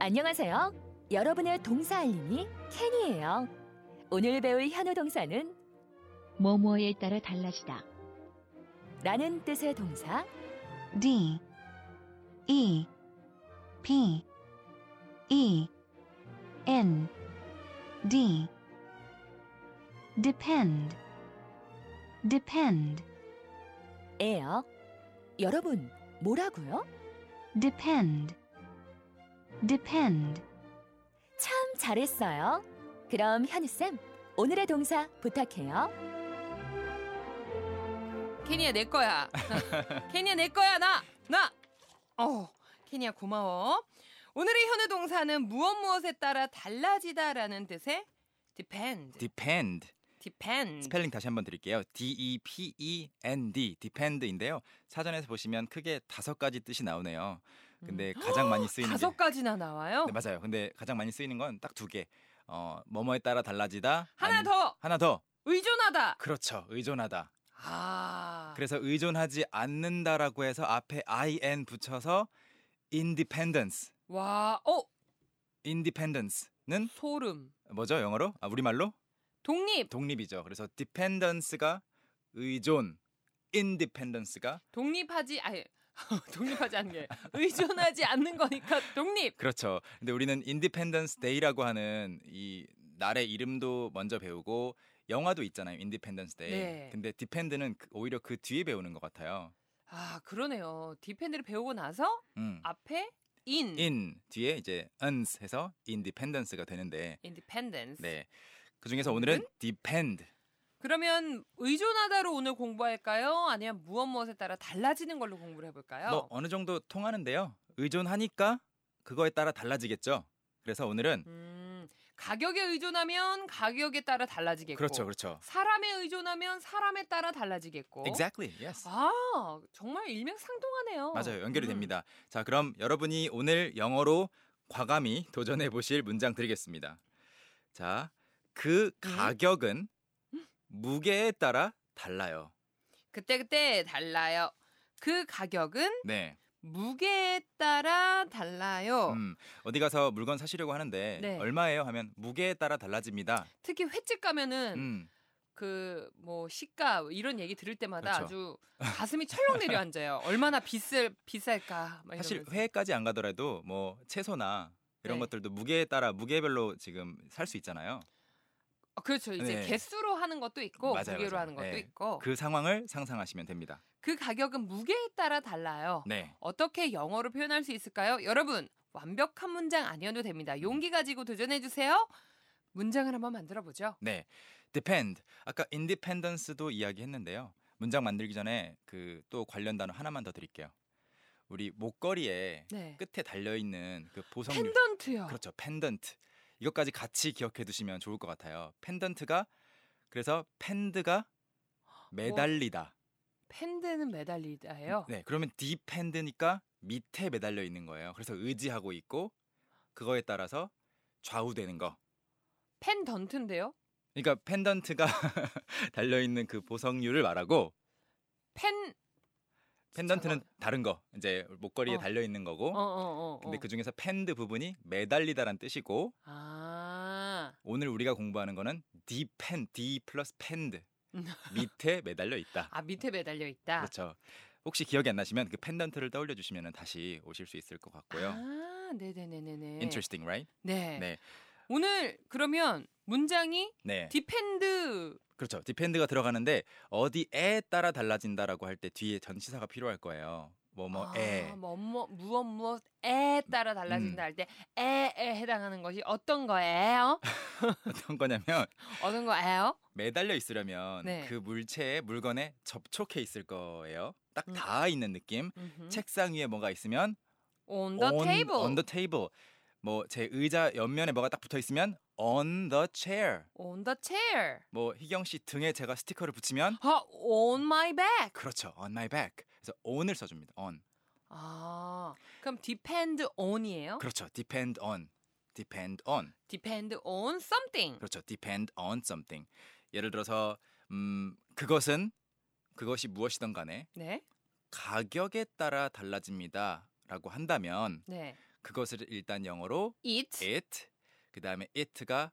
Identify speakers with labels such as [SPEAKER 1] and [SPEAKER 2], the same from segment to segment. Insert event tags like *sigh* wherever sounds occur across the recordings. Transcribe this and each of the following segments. [SPEAKER 1] 안녕하세요. 여러분의 동사 알림이 캔이에요. 오늘 배울 현우 동사는
[SPEAKER 2] 뭐뭐에 따라 달라지다.
[SPEAKER 1] 라는 뜻의 동사
[SPEAKER 2] D E P E N D depend depend
[SPEAKER 1] 예요. 여러분, 뭐라고요?
[SPEAKER 2] depend depend
[SPEAKER 1] 참 잘했어요. 그럼 현우쌤, 오늘의 동사 부탁해요.
[SPEAKER 3] 케니야 내
[SPEAKER 4] *laughs*
[SPEAKER 3] 거야. 케니야 내 거야 나 나. 어 케니야 고마워. 오늘의 현우 동사는 무엇 무엇에 따라 달라지다라는 뜻의 depend,
[SPEAKER 4] depend
[SPEAKER 3] 네. depend.
[SPEAKER 4] 스펠링 다시 한번 드릴게요. D E P E N D depend인데요. 사전에서 보시면 크게 다섯 가지 뜻이 나오네요. 근데
[SPEAKER 3] *gasps*
[SPEAKER 4] 가장 많이 쓰이는 게-
[SPEAKER 3] 음. 다섯 가지나 나와요.
[SPEAKER 4] 네, 맞아요. 근데 가장 많이 쓰이는 건 딱 두 개. 어, 뭐뭐에 따라 달라지다.
[SPEAKER 3] 하나
[SPEAKER 4] 아니-
[SPEAKER 3] 더
[SPEAKER 4] 하나 더.
[SPEAKER 3] 의존하다.
[SPEAKER 4] 그렇죠. 의존하다.
[SPEAKER 3] 아
[SPEAKER 4] 그래서 의존하지 않는다라고 해서 앞에 in 붙여서 independence.
[SPEAKER 3] 와어
[SPEAKER 4] independence는
[SPEAKER 3] 소름.
[SPEAKER 4] 뭐죠? 영어로? 아, 우리말로?
[SPEAKER 3] 독립
[SPEAKER 4] 독립이죠. 그래서 dependence가 의존, independence가
[SPEAKER 3] 독립하지 아니 *laughs* 독립하지 않는 게 의존하지 않는 거니까 독립.
[SPEAKER 4] 그렇죠. 근데 우리는 인디펜던스 데이라고 하는 이 날의 이름도 먼저 배우고 영화도 있잖아요. 인디펜던스 데이.
[SPEAKER 3] 네.
[SPEAKER 4] 근데 디펜드는 그- 오히려 그 뒤에 배우는 것 같아요.
[SPEAKER 3] 아 그러네요. 디펜드를 배우고 나서
[SPEAKER 4] 음.
[SPEAKER 3] 앞에 in,
[SPEAKER 4] 인 뒤에 이제 uns 해서 인디펜던스가 되는데
[SPEAKER 3] independence.
[SPEAKER 4] 네. 그중에서 오늘은 depend.
[SPEAKER 3] 그러면 의존하다로 오늘 공부할까요? 아니면 무엇 무엇에 따라 달라지는 걸로 공부를 해볼까요?
[SPEAKER 4] 뭐 어느 정도 통하는데요. 의존하니까 그거에 따라 달라지겠죠. 그래서 오늘은
[SPEAKER 3] 음, 가격에 의존하면 가격에 따라 달라지겠고,
[SPEAKER 4] 그렇죠. 그렇죠.
[SPEAKER 3] 사람에 의존하면 사람에 따라 달라지겠고.
[SPEAKER 4] Exactly. Yes.
[SPEAKER 3] 아, 정말 일맥상통하네요.
[SPEAKER 4] 맞아요. 연결이
[SPEAKER 3] 음.
[SPEAKER 4] 됩니다. 자, 그럼 여러분이 오늘 영어로 과감히 도전해 보실 문장 드리겠습니다. 자, 그
[SPEAKER 3] 네.
[SPEAKER 4] 가격은
[SPEAKER 3] 음.
[SPEAKER 4] 무게에 따라 달라요.
[SPEAKER 3] 그때그때 달라요. 그 가격은
[SPEAKER 4] 네.
[SPEAKER 3] 무게에 따라 달라요.
[SPEAKER 4] 음, 어디 가서 물건 사시려고 하는데
[SPEAKER 3] 네.
[SPEAKER 4] 얼마예요 하면 무게에 따라 달라집니다.
[SPEAKER 3] 특히 횟집 가면은
[SPEAKER 4] 음.
[SPEAKER 3] 그 뭐 시가 이런 얘기 들을 때마다
[SPEAKER 4] 그렇죠.
[SPEAKER 3] 아주 가슴이 철렁
[SPEAKER 4] *laughs*
[SPEAKER 3] 내려앉아요. 얼마나 비쌀 비쌀까? 막
[SPEAKER 4] 사실
[SPEAKER 3] 이러면서.
[SPEAKER 4] 회까지 안 가더라도 뭐 채소나 이런
[SPEAKER 3] 네.
[SPEAKER 4] 것들도 무게에 따라 무게별로 지금 살 수 있잖아요.
[SPEAKER 3] 어, 그렇죠. 이제
[SPEAKER 4] 네.
[SPEAKER 3] 개수로 하는 것도 있고
[SPEAKER 4] 맞아요,
[SPEAKER 3] 무게로
[SPEAKER 4] 맞아요.
[SPEAKER 3] 하는 것도
[SPEAKER 4] 네.
[SPEAKER 3] 있고 그...
[SPEAKER 4] 그 상황을 상상하시면 됩니다.
[SPEAKER 3] 가격은 무게에 따라 달라요.
[SPEAKER 4] 네.
[SPEAKER 3] 어떻게 영어로 표현할 수 있을까요? 여러분 완벽한 문장 아니어도
[SPEAKER 4] 음.
[SPEAKER 3] 됩니다. 용기 가지고 도전해 주세요. 문장을 한번 만들어 보죠.
[SPEAKER 4] 네. depend. 아까 independence도 이야기했는데요. 문장 만들기 전에 그 또 관련 단어 하나만 더 드릴게요. 우리 목걸이에
[SPEAKER 3] 네.
[SPEAKER 4] 끝에 달려 있는 그 보석류.
[SPEAKER 3] 펜던트요.
[SPEAKER 4] 그렇죠. 펜던트. 이것까지 같이 기억해 두시면 좋을 것 같아요. 펜던트가 그래서 펜드가 매달리다.
[SPEAKER 3] 펜드는 매달리다예요.
[SPEAKER 4] 네. 그러면 depend니까 밑에 매달려 있는 거예요. 그래서 의지하고 있고 그거에 따라서 좌우되는 거.
[SPEAKER 3] 펜던트인데요.
[SPEAKER 4] 그러니까 펜던트가 *laughs* 달려 있는 그 보석류를 말하고
[SPEAKER 3] 펜
[SPEAKER 4] 펜던트는
[SPEAKER 3] 잠깐만.
[SPEAKER 4] 다른 거 이제 목걸이에
[SPEAKER 3] 어.
[SPEAKER 4] 달려 있는 거고
[SPEAKER 3] 어, 어, 어,
[SPEAKER 4] 근데
[SPEAKER 3] 어.
[SPEAKER 4] 그 중에서 펜드 부분이 매달리다란 뜻이고
[SPEAKER 3] 아.
[SPEAKER 4] 오늘 우리가 공부하는 거는 D 펜 D 플러스
[SPEAKER 3] *laughs*
[SPEAKER 4] 펜드
[SPEAKER 3] 음.
[SPEAKER 4] 밑에 매달려 있다
[SPEAKER 3] 아 밑에 매달려 있다.
[SPEAKER 4] 그렇죠 혹시 기억이 안 나시면 그 펜던트를 떠올려 주시면 다시 오실 수 있을 것 같고요
[SPEAKER 3] 아, 네네네네네.
[SPEAKER 4] Interesting, right?
[SPEAKER 3] 네.
[SPEAKER 4] 네.
[SPEAKER 3] 오늘 그러면 문장이
[SPEAKER 4] 네,
[SPEAKER 3] 디펜드
[SPEAKER 4] 그렇죠. 디펜드가 들어가는데 어디에 따라 달라진다라고 할 때 뒤에 전치사가 필요할 거예요. 뭐뭐에 음.
[SPEAKER 3] 아, 뭐, 뭐, 무엇 무엇에 따라 달라진다 할 때 에에 해당하는 것이 어떤 거예요?
[SPEAKER 4] 어떤 거냐면
[SPEAKER 3] 어떤 거예요?
[SPEAKER 4] 매달려 있으려면
[SPEAKER 3] 네.
[SPEAKER 4] 그 물체의 물건에 접촉해 있을 거예요. 딱
[SPEAKER 3] 음.
[SPEAKER 4] 닿아 있는 느낌. 책상 위에 뭐가 있으면
[SPEAKER 3] On the
[SPEAKER 4] on-
[SPEAKER 3] table.
[SPEAKER 4] on the table. 뭐 제 의자 옆면에 뭐가 딱 붙어 있으면 on the chair.
[SPEAKER 3] On the chair.
[SPEAKER 4] 뭐 희경 씨 등에 제가 스티커를 붙이면
[SPEAKER 3] 아, on my back.
[SPEAKER 4] 그렇죠. on my back. 그래서 on을 써 줍니다. on.
[SPEAKER 3] 아, 그럼 depend on이에요?
[SPEAKER 4] 그렇죠. depend on. depend on.
[SPEAKER 3] depend on something.
[SPEAKER 4] 그렇죠. depend on something. 예를 들어서 음 그것은 그것이 무엇이든 간에
[SPEAKER 3] 네,
[SPEAKER 4] 가격에 따라 달라집니다라고 한다면
[SPEAKER 3] 네.
[SPEAKER 4] 그것을 일단 영어로
[SPEAKER 3] it.
[SPEAKER 4] it 그다음에 it가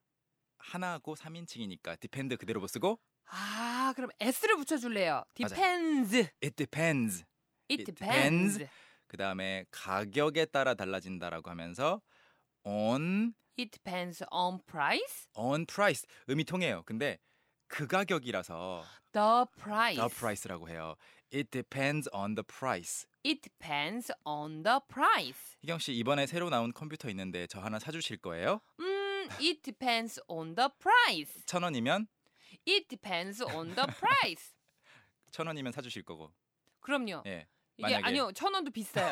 [SPEAKER 4] 하나고 3인칭이니까 depend 그대로 못 쓰고
[SPEAKER 3] 아, 그럼 s를 붙여 줄래요.
[SPEAKER 4] 맞아요.
[SPEAKER 3] depends.
[SPEAKER 4] it depends
[SPEAKER 3] it
[SPEAKER 4] It
[SPEAKER 3] depends.
[SPEAKER 4] depends. 그다음에 가격에 따라 달라진다라고 하면서 on
[SPEAKER 3] it depends on price.
[SPEAKER 4] on price 음이 통해요. 근데 그 가격이라서
[SPEAKER 3] the price.
[SPEAKER 4] the price라고 해요. It depends on the price.
[SPEAKER 3] it depends on the price.
[SPEAKER 4] 희경 씨 이번에 새로 나온 컴퓨터 있는데 저 하나 사주실 거예요?
[SPEAKER 3] 음, it depends on the price.
[SPEAKER 4] 천 원이면
[SPEAKER 3] it depends on the
[SPEAKER 4] *laughs*
[SPEAKER 3] price.
[SPEAKER 4] 천 원이면 사주실 거고.
[SPEAKER 3] 그럼요.
[SPEAKER 4] 예.
[SPEAKER 3] 이게
[SPEAKER 4] 만약에-
[SPEAKER 3] 아니요. 천 원도 비싸요.
[SPEAKER 4] *laughs*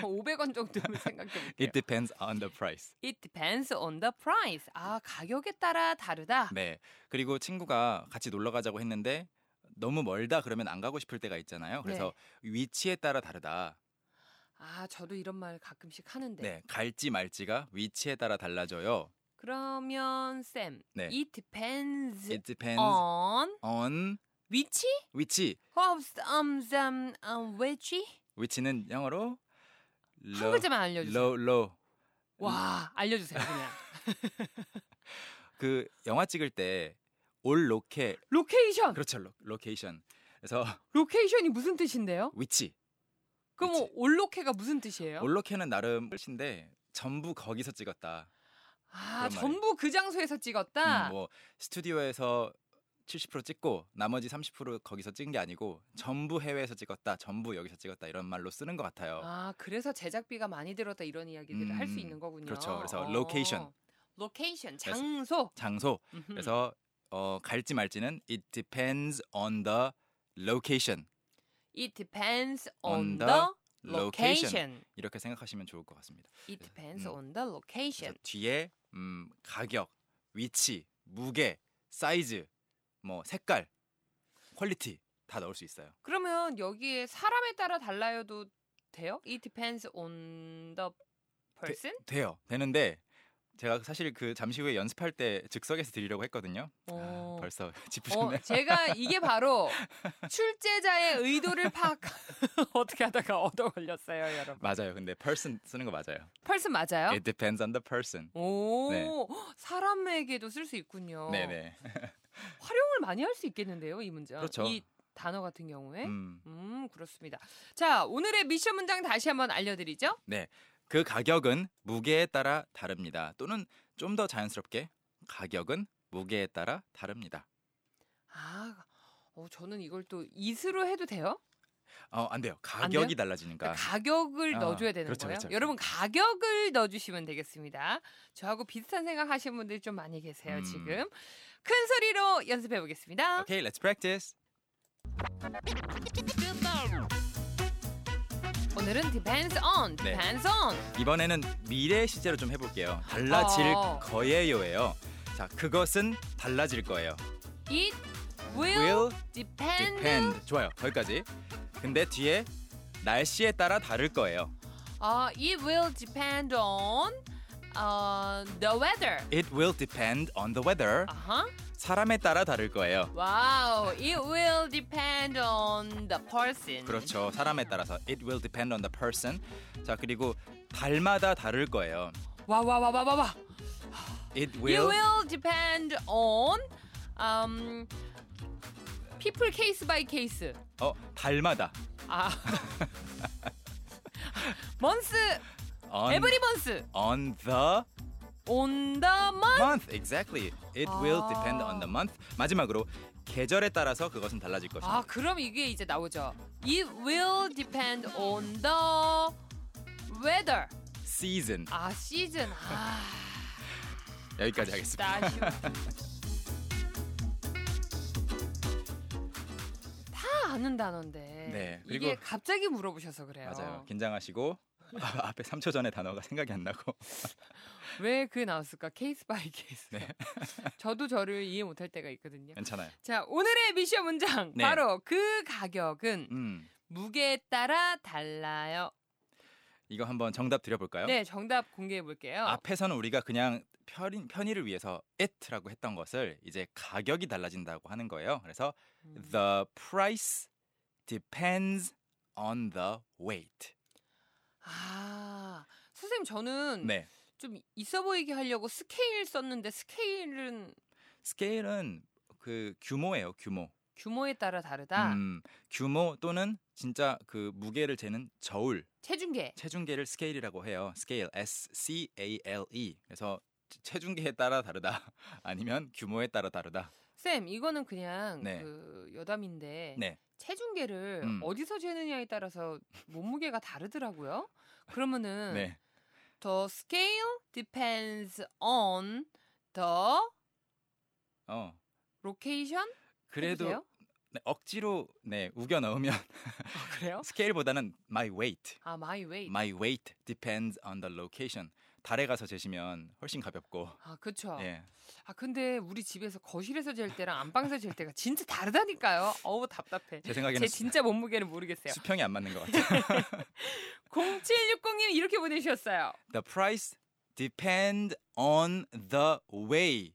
[SPEAKER 3] 500원 정도로 생각해 볼게요.
[SPEAKER 4] It depends on the price.
[SPEAKER 3] It depends on the price. 아, 가격에 따라 다르다.
[SPEAKER 4] 네. 그리고 친구가 같이 놀러 가자고 했는데 너무 멀다 그러면 안 가고 싶을 때가 있잖아요. 그래서
[SPEAKER 3] 네.
[SPEAKER 4] 위치에 따라 다르다.
[SPEAKER 3] 아, 저도 이런 말 가끔씩 하는데.
[SPEAKER 4] 네. 갈지 말지가 위치에 따라 달라져요.
[SPEAKER 3] 그러면 쌤,
[SPEAKER 4] 네.
[SPEAKER 3] it depends
[SPEAKER 4] It depends
[SPEAKER 3] 어. on
[SPEAKER 4] on
[SPEAKER 3] 위치? 어,
[SPEAKER 4] 위치.
[SPEAKER 3] of some some um, 위치?
[SPEAKER 4] 위치는 영어로
[SPEAKER 3] 한
[SPEAKER 4] low,
[SPEAKER 3] 글자만 알려주세요.
[SPEAKER 4] low, low.
[SPEAKER 3] 와, 알려주세요 *laughs* 그냥.
[SPEAKER 4] 그 영화 찍을 때 올 로케
[SPEAKER 3] 로케이션.
[SPEAKER 4] 그렇죠 로, 로케이션 그래서
[SPEAKER 3] 로케이션이 무슨 뜻인데요?
[SPEAKER 4] 위치
[SPEAKER 3] 그럼
[SPEAKER 4] 위치.
[SPEAKER 3] 올로케가 무슨 뜻이에요?
[SPEAKER 4] 올 로케는 나름 뜻인데 전부 거기서 찍었다
[SPEAKER 3] 아,
[SPEAKER 4] 그런 말이에요.
[SPEAKER 3] 전부 그 장소에서 찍었다.
[SPEAKER 4] 음, 뭐 스튜디오에서 70% 찍고 나머지 30% 거기서 찍은 게 아니고 전부 해외에서 찍었다 전부 여기서 찍었다 이런 말로 쓰는 것 같아요
[SPEAKER 3] 아, 그래서 제작비가 많이 들었다 이런 이야기들을 할 수
[SPEAKER 4] 음,
[SPEAKER 3] 있는 거군요.
[SPEAKER 4] 그렇죠. 그래서 location.
[SPEAKER 3] 로케이션
[SPEAKER 4] 그래서-
[SPEAKER 3] 장소.
[SPEAKER 4] 장소
[SPEAKER 3] 음흠.
[SPEAKER 4] 그래서 어, 갈지 말지는 it depends on the location
[SPEAKER 3] it depends
[SPEAKER 4] on
[SPEAKER 3] on,
[SPEAKER 4] the
[SPEAKER 3] the,
[SPEAKER 4] location.
[SPEAKER 3] location.
[SPEAKER 4] 이렇게 생각하시면 좋을 것 같습니다
[SPEAKER 3] It depends
[SPEAKER 4] 음.
[SPEAKER 3] on the
[SPEAKER 4] 그래서
[SPEAKER 3] location.
[SPEAKER 4] 뒤에 음, 가격, 위치, 무게, 사이즈, 뭐 색깔, 퀄리티 다 넣을 수 있어요.
[SPEAKER 3] 그러면 여기에 사람에 따라 달라요도 돼요? It depends on the person.
[SPEAKER 4] 돼요. 되는데 제가 사실 그 잠시 후에 연습할 때 즉석에서 드리려고 했거든요. 아,
[SPEAKER 3] 어.
[SPEAKER 4] 벌써 *laughs*
[SPEAKER 3] 어,
[SPEAKER 4] 짚으셨네요.
[SPEAKER 3] 제가 이게
[SPEAKER 4] *laughs*
[SPEAKER 3] 바로 출제자의 의도를 파악 *laughs* 어떻게 하다가 얻어 걸렸어요, 여러분.
[SPEAKER 4] 맞아요. 근데 person 쓰는 거 맞아요.
[SPEAKER 3] person 맞아요?
[SPEAKER 4] It depends on the person.
[SPEAKER 3] 오,
[SPEAKER 4] 예. 네.
[SPEAKER 3] 사람에게도 쓸 수 있군요.
[SPEAKER 4] 네네.
[SPEAKER 3] 활용을 많이 할 수 있겠는데요, 이 문장.
[SPEAKER 4] 그렇죠.
[SPEAKER 3] 이 단어 같은 경우에. 음.
[SPEAKER 4] 음,
[SPEAKER 3] 그렇습니다. 자, 오늘의 미션 문장 다시 한번 알려드리죠.
[SPEAKER 4] 그 가격은 무게에 따라 다릅니다. 또는 좀 더 자연스럽게 가격은 무게에 따라 다릅니다.
[SPEAKER 3] 아, 어, 저는 이걸 또 이스로 해도 돼요?
[SPEAKER 4] 어, 안 돼요.
[SPEAKER 3] 안 돼요?
[SPEAKER 4] 가격이 달라지니까.
[SPEAKER 3] 그러니까 가격을
[SPEAKER 4] 그러니까 아,
[SPEAKER 3] 넣어줘야 되는
[SPEAKER 4] 그렇죠,
[SPEAKER 3] 거예요.
[SPEAKER 4] 그렇죠.
[SPEAKER 3] 여러분 가격을 넣어주시면 되겠습니다. 저하고 비슷한 생각 하시는 분들이 좀 많이 계세요
[SPEAKER 4] 음.
[SPEAKER 3] 지금. 큰 소리로 연습해 보겠습니다.
[SPEAKER 4] Okay, let's practice.
[SPEAKER 3] 오늘은 depends on,
[SPEAKER 4] 네.
[SPEAKER 3] depends on.
[SPEAKER 4] 이번에는 미래 시제로 좀 해볼게요. 달라질
[SPEAKER 3] 어.
[SPEAKER 4] 거예요예요. 자, 그것은 달라질 거예요.
[SPEAKER 3] It will,
[SPEAKER 4] Will
[SPEAKER 3] depend.
[SPEAKER 4] depend. 좋아요. 거기까지. 근데 뒤에 날씨에 따라 다를 거예요.
[SPEAKER 3] 어, it will depend on 어, the weather.
[SPEAKER 4] It will depend on the weather.
[SPEAKER 3] 아하.
[SPEAKER 4] 사람에 따라 다를 거예요.
[SPEAKER 3] 와우. It will depend on the person.
[SPEAKER 4] 그렇죠. 사람에 따라서 it will depend on the person. 자, 그리고 달마다 다를 거예요.
[SPEAKER 3] 와와와와와와.
[SPEAKER 4] It
[SPEAKER 3] You
[SPEAKER 4] will,
[SPEAKER 3] will depend on um, people case by case.
[SPEAKER 4] 어, 달마다.
[SPEAKER 3] 아.
[SPEAKER 4] *laughs*
[SPEAKER 3] month
[SPEAKER 4] on,
[SPEAKER 3] every month
[SPEAKER 4] on the
[SPEAKER 3] on the month.
[SPEAKER 4] month exactly. It will depend on the month. 마지막으로 계절에 따라서 그것은 달라질 것이다.
[SPEAKER 3] 아, 그럼 이게 이제 나오죠. It will depend on the weather.
[SPEAKER 4] season
[SPEAKER 3] 아, 시즌. 아.
[SPEAKER 4] 여기까지 하겠습니다.
[SPEAKER 3] 아쉽다, 아쉬워.
[SPEAKER 4] *laughs*
[SPEAKER 3] 다 아는 단어인데
[SPEAKER 4] 네,
[SPEAKER 3] 이게
[SPEAKER 4] 그리고-
[SPEAKER 3] 갑자기 물어보셔서 그래요.
[SPEAKER 4] 맞아요. 긴장하시고 *laughs* 아, 앞에 3초 전에 단어가 생각이 안 나고 *laughs*
[SPEAKER 3] 왜 그 나왔을까? 케이스 바이 *laughs* 케이스.
[SPEAKER 4] 네. *laughs*
[SPEAKER 3] 저도 저를 이해 못할 때가 있거든요.
[SPEAKER 4] 괜찮아요.
[SPEAKER 3] 자, 오늘의 미션 문장
[SPEAKER 4] 네.
[SPEAKER 3] 바로 그 가격은
[SPEAKER 4] 음
[SPEAKER 3] 무게에 따라 달라요.
[SPEAKER 4] 이거 한번 정답 드려볼까요?
[SPEAKER 3] 네, 정답 공개해 볼게요.
[SPEAKER 4] 어? 앞에서는 우리가 그냥 편의, 편의를 위해서 it라고 했던 것을 이제 가격이 달라진다고 하는 거예요. 그래서
[SPEAKER 3] 음.
[SPEAKER 4] the price depends on the weight.
[SPEAKER 3] 아, 선생님 저는
[SPEAKER 4] 네.
[SPEAKER 3] 좀 있어 보이게 하려고 스케일 썼는데 스케일은
[SPEAKER 4] 스케일은 그 규모예요, 규모.
[SPEAKER 3] 규모에 따라 다르다.
[SPEAKER 4] 음, 규모 또는 진짜 그 무게를 재는 저울,
[SPEAKER 3] 체중계.
[SPEAKER 4] 체중계를 스케일이라고 해요. 스케일 S C A L E. 그래서 체중계에 따라 다르다. *laughs* 아니면 규모에 따라 다르다.
[SPEAKER 3] 쌤 이거는 그냥
[SPEAKER 4] 네.
[SPEAKER 3] 그 여담인데
[SPEAKER 4] 네.
[SPEAKER 3] 체중계를
[SPEAKER 4] 음.
[SPEAKER 3] 어디서 재느냐에 따라서 몸무게가 다르더라고요. 그러면은
[SPEAKER 4] 네.
[SPEAKER 3] the scale depends on the
[SPEAKER 4] 어.
[SPEAKER 3] location.
[SPEAKER 4] 그래도
[SPEAKER 3] 해주세요.
[SPEAKER 4] 네, 억지로 네, 우겨 넣으면
[SPEAKER 3] 아, 그래요?
[SPEAKER 4] 스케일보다는 my weight.
[SPEAKER 3] 아 my weight.
[SPEAKER 4] My weight depends on the location. 달에 가서 재시면 훨씬 가볍고.
[SPEAKER 3] 아 그쵸.
[SPEAKER 4] 예.
[SPEAKER 3] 아 근데 우리 집에서 거실에서 잴 때랑 안방에서 잴 때가 진짜 다르다니까요. 어우 답답해.
[SPEAKER 4] 제
[SPEAKER 3] 제
[SPEAKER 4] 생각에는 수-
[SPEAKER 3] 진짜 몸무게는 모르겠어요.
[SPEAKER 4] 수평이 안 맞는 것 같아요. *laughs*
[SPEAKER 3] 0760님 이렇게 보내주셨어요.
[SPEAKER 4] The price depend on the way.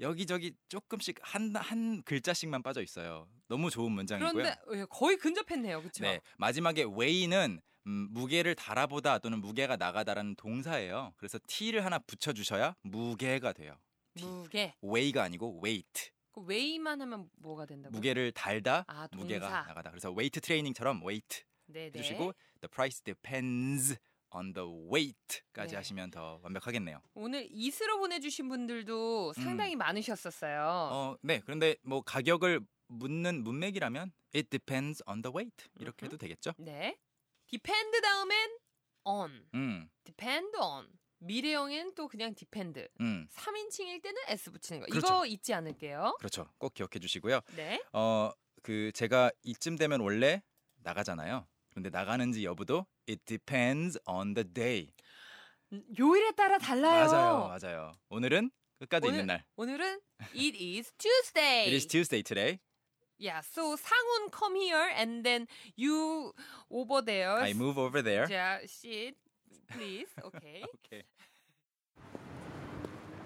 [SPEAKER 4] 여기저기 조금씩 한, 한 글자씩만 빠져 있어요. 너무 좋은 문장이고요.
[SPEAKER 3] 그런데 예, 거의 근접했네요, 그렇죠?
[SPEAKER 4] 네, 마지막에 weigh는 음, 무게를 달아보다 또는 무게가 나가다라는 동사예요. 그래서 t를 하나 붙여주셔야 무게가 돼요.
[SPEAKER 3] 무게.
[SPEAKER 4] weigh가 아니고 weight.
[SPEAKER 3] 그 웨이만 하면 네, 뭐가 된다고요?
[SPEAKER 4] 무게를 달다,
[SPEAKER 3] 아, 동사.
[SPEAKER 4] 무게가 나가다. 그래서 weight 트레이닝처럼 weight
[SPEAKER 3] 네네.
[SPEAKER 4] 해주시고 the price depends on the weight까지
[SPEAKER 3] 네.
[SPEAKER 4] 하시면 더 완벽하겠네요.
[SPEAKER 3] 오늘 이스로 보내주신 분들도
[SPEAKER 4] 음.
[SPEAKER 3] 상당히 많으셨었어요.
[SPEAKER 4] 어, 네. 그런데 뭐 가격을 묻는 문맥이라면 it depends on the weight 이렇게 해도 되겠죠?
[SPEAKER 3] 네. depend 다음엔 on,
[SPEAKER 4] 음,
[SPEAKER 3] depend on. 미래형엔 또 그냥 depend.
[SPEAKER 4] 음,
[SPEAKER 3] 3인칭일 때는 s 붙이는 거. 이거
[SPEAKER 4] 그렇죠.
[SPEAKER 3] 잊지 않을게요.
[SPEAKER 4] 그렇죠. 꼭 기억해 주시고요.
[SPEAKER 3] 네.
[SPEAKER 4] 어, 그 제가 이쯤 되면 원래 나가잖아요. 그런데 나가는지 여부도 it depends on the day.
[SPEAKER 3] 음, 요일에 따라 달라요.
[SPEAKER 4] 맞아요, 맞아요. 오늘은 끝까지
[SPEAKER 3] 오늘-
[SPEAKER 4] 있는 날.
[SPEAKER 3] 오늘은 it is Tuesday.
[SPEAKER 4] It is Tuesday today.
[SPEAKER 3] Yeah, so 상훈 come here and then you over there.
[SPEAKER 4] I move over there.
[SPEAKER 3] 자, shit, please. Okay. *laughs*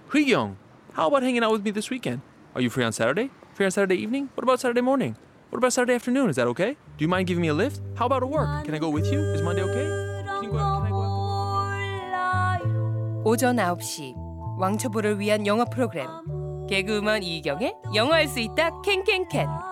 [SPEAKER 4] Okay.
[SPEAKER 5] Young, how about hanging out with me this weekend? Are you free on Saturday? Free on Saturday evening? What about Saturday morning? What about Saturday afternoon? Is that okay? Do you mind giving me a lift? How about a work? Can I go with you? Is Monday okay? Can you go out? Can I go out?
[SPEAKER 3] 오전 9시 왕초보를 위한 영어 프로그램 개그우먼 이경의 영어할 수 있다 캔캔캔.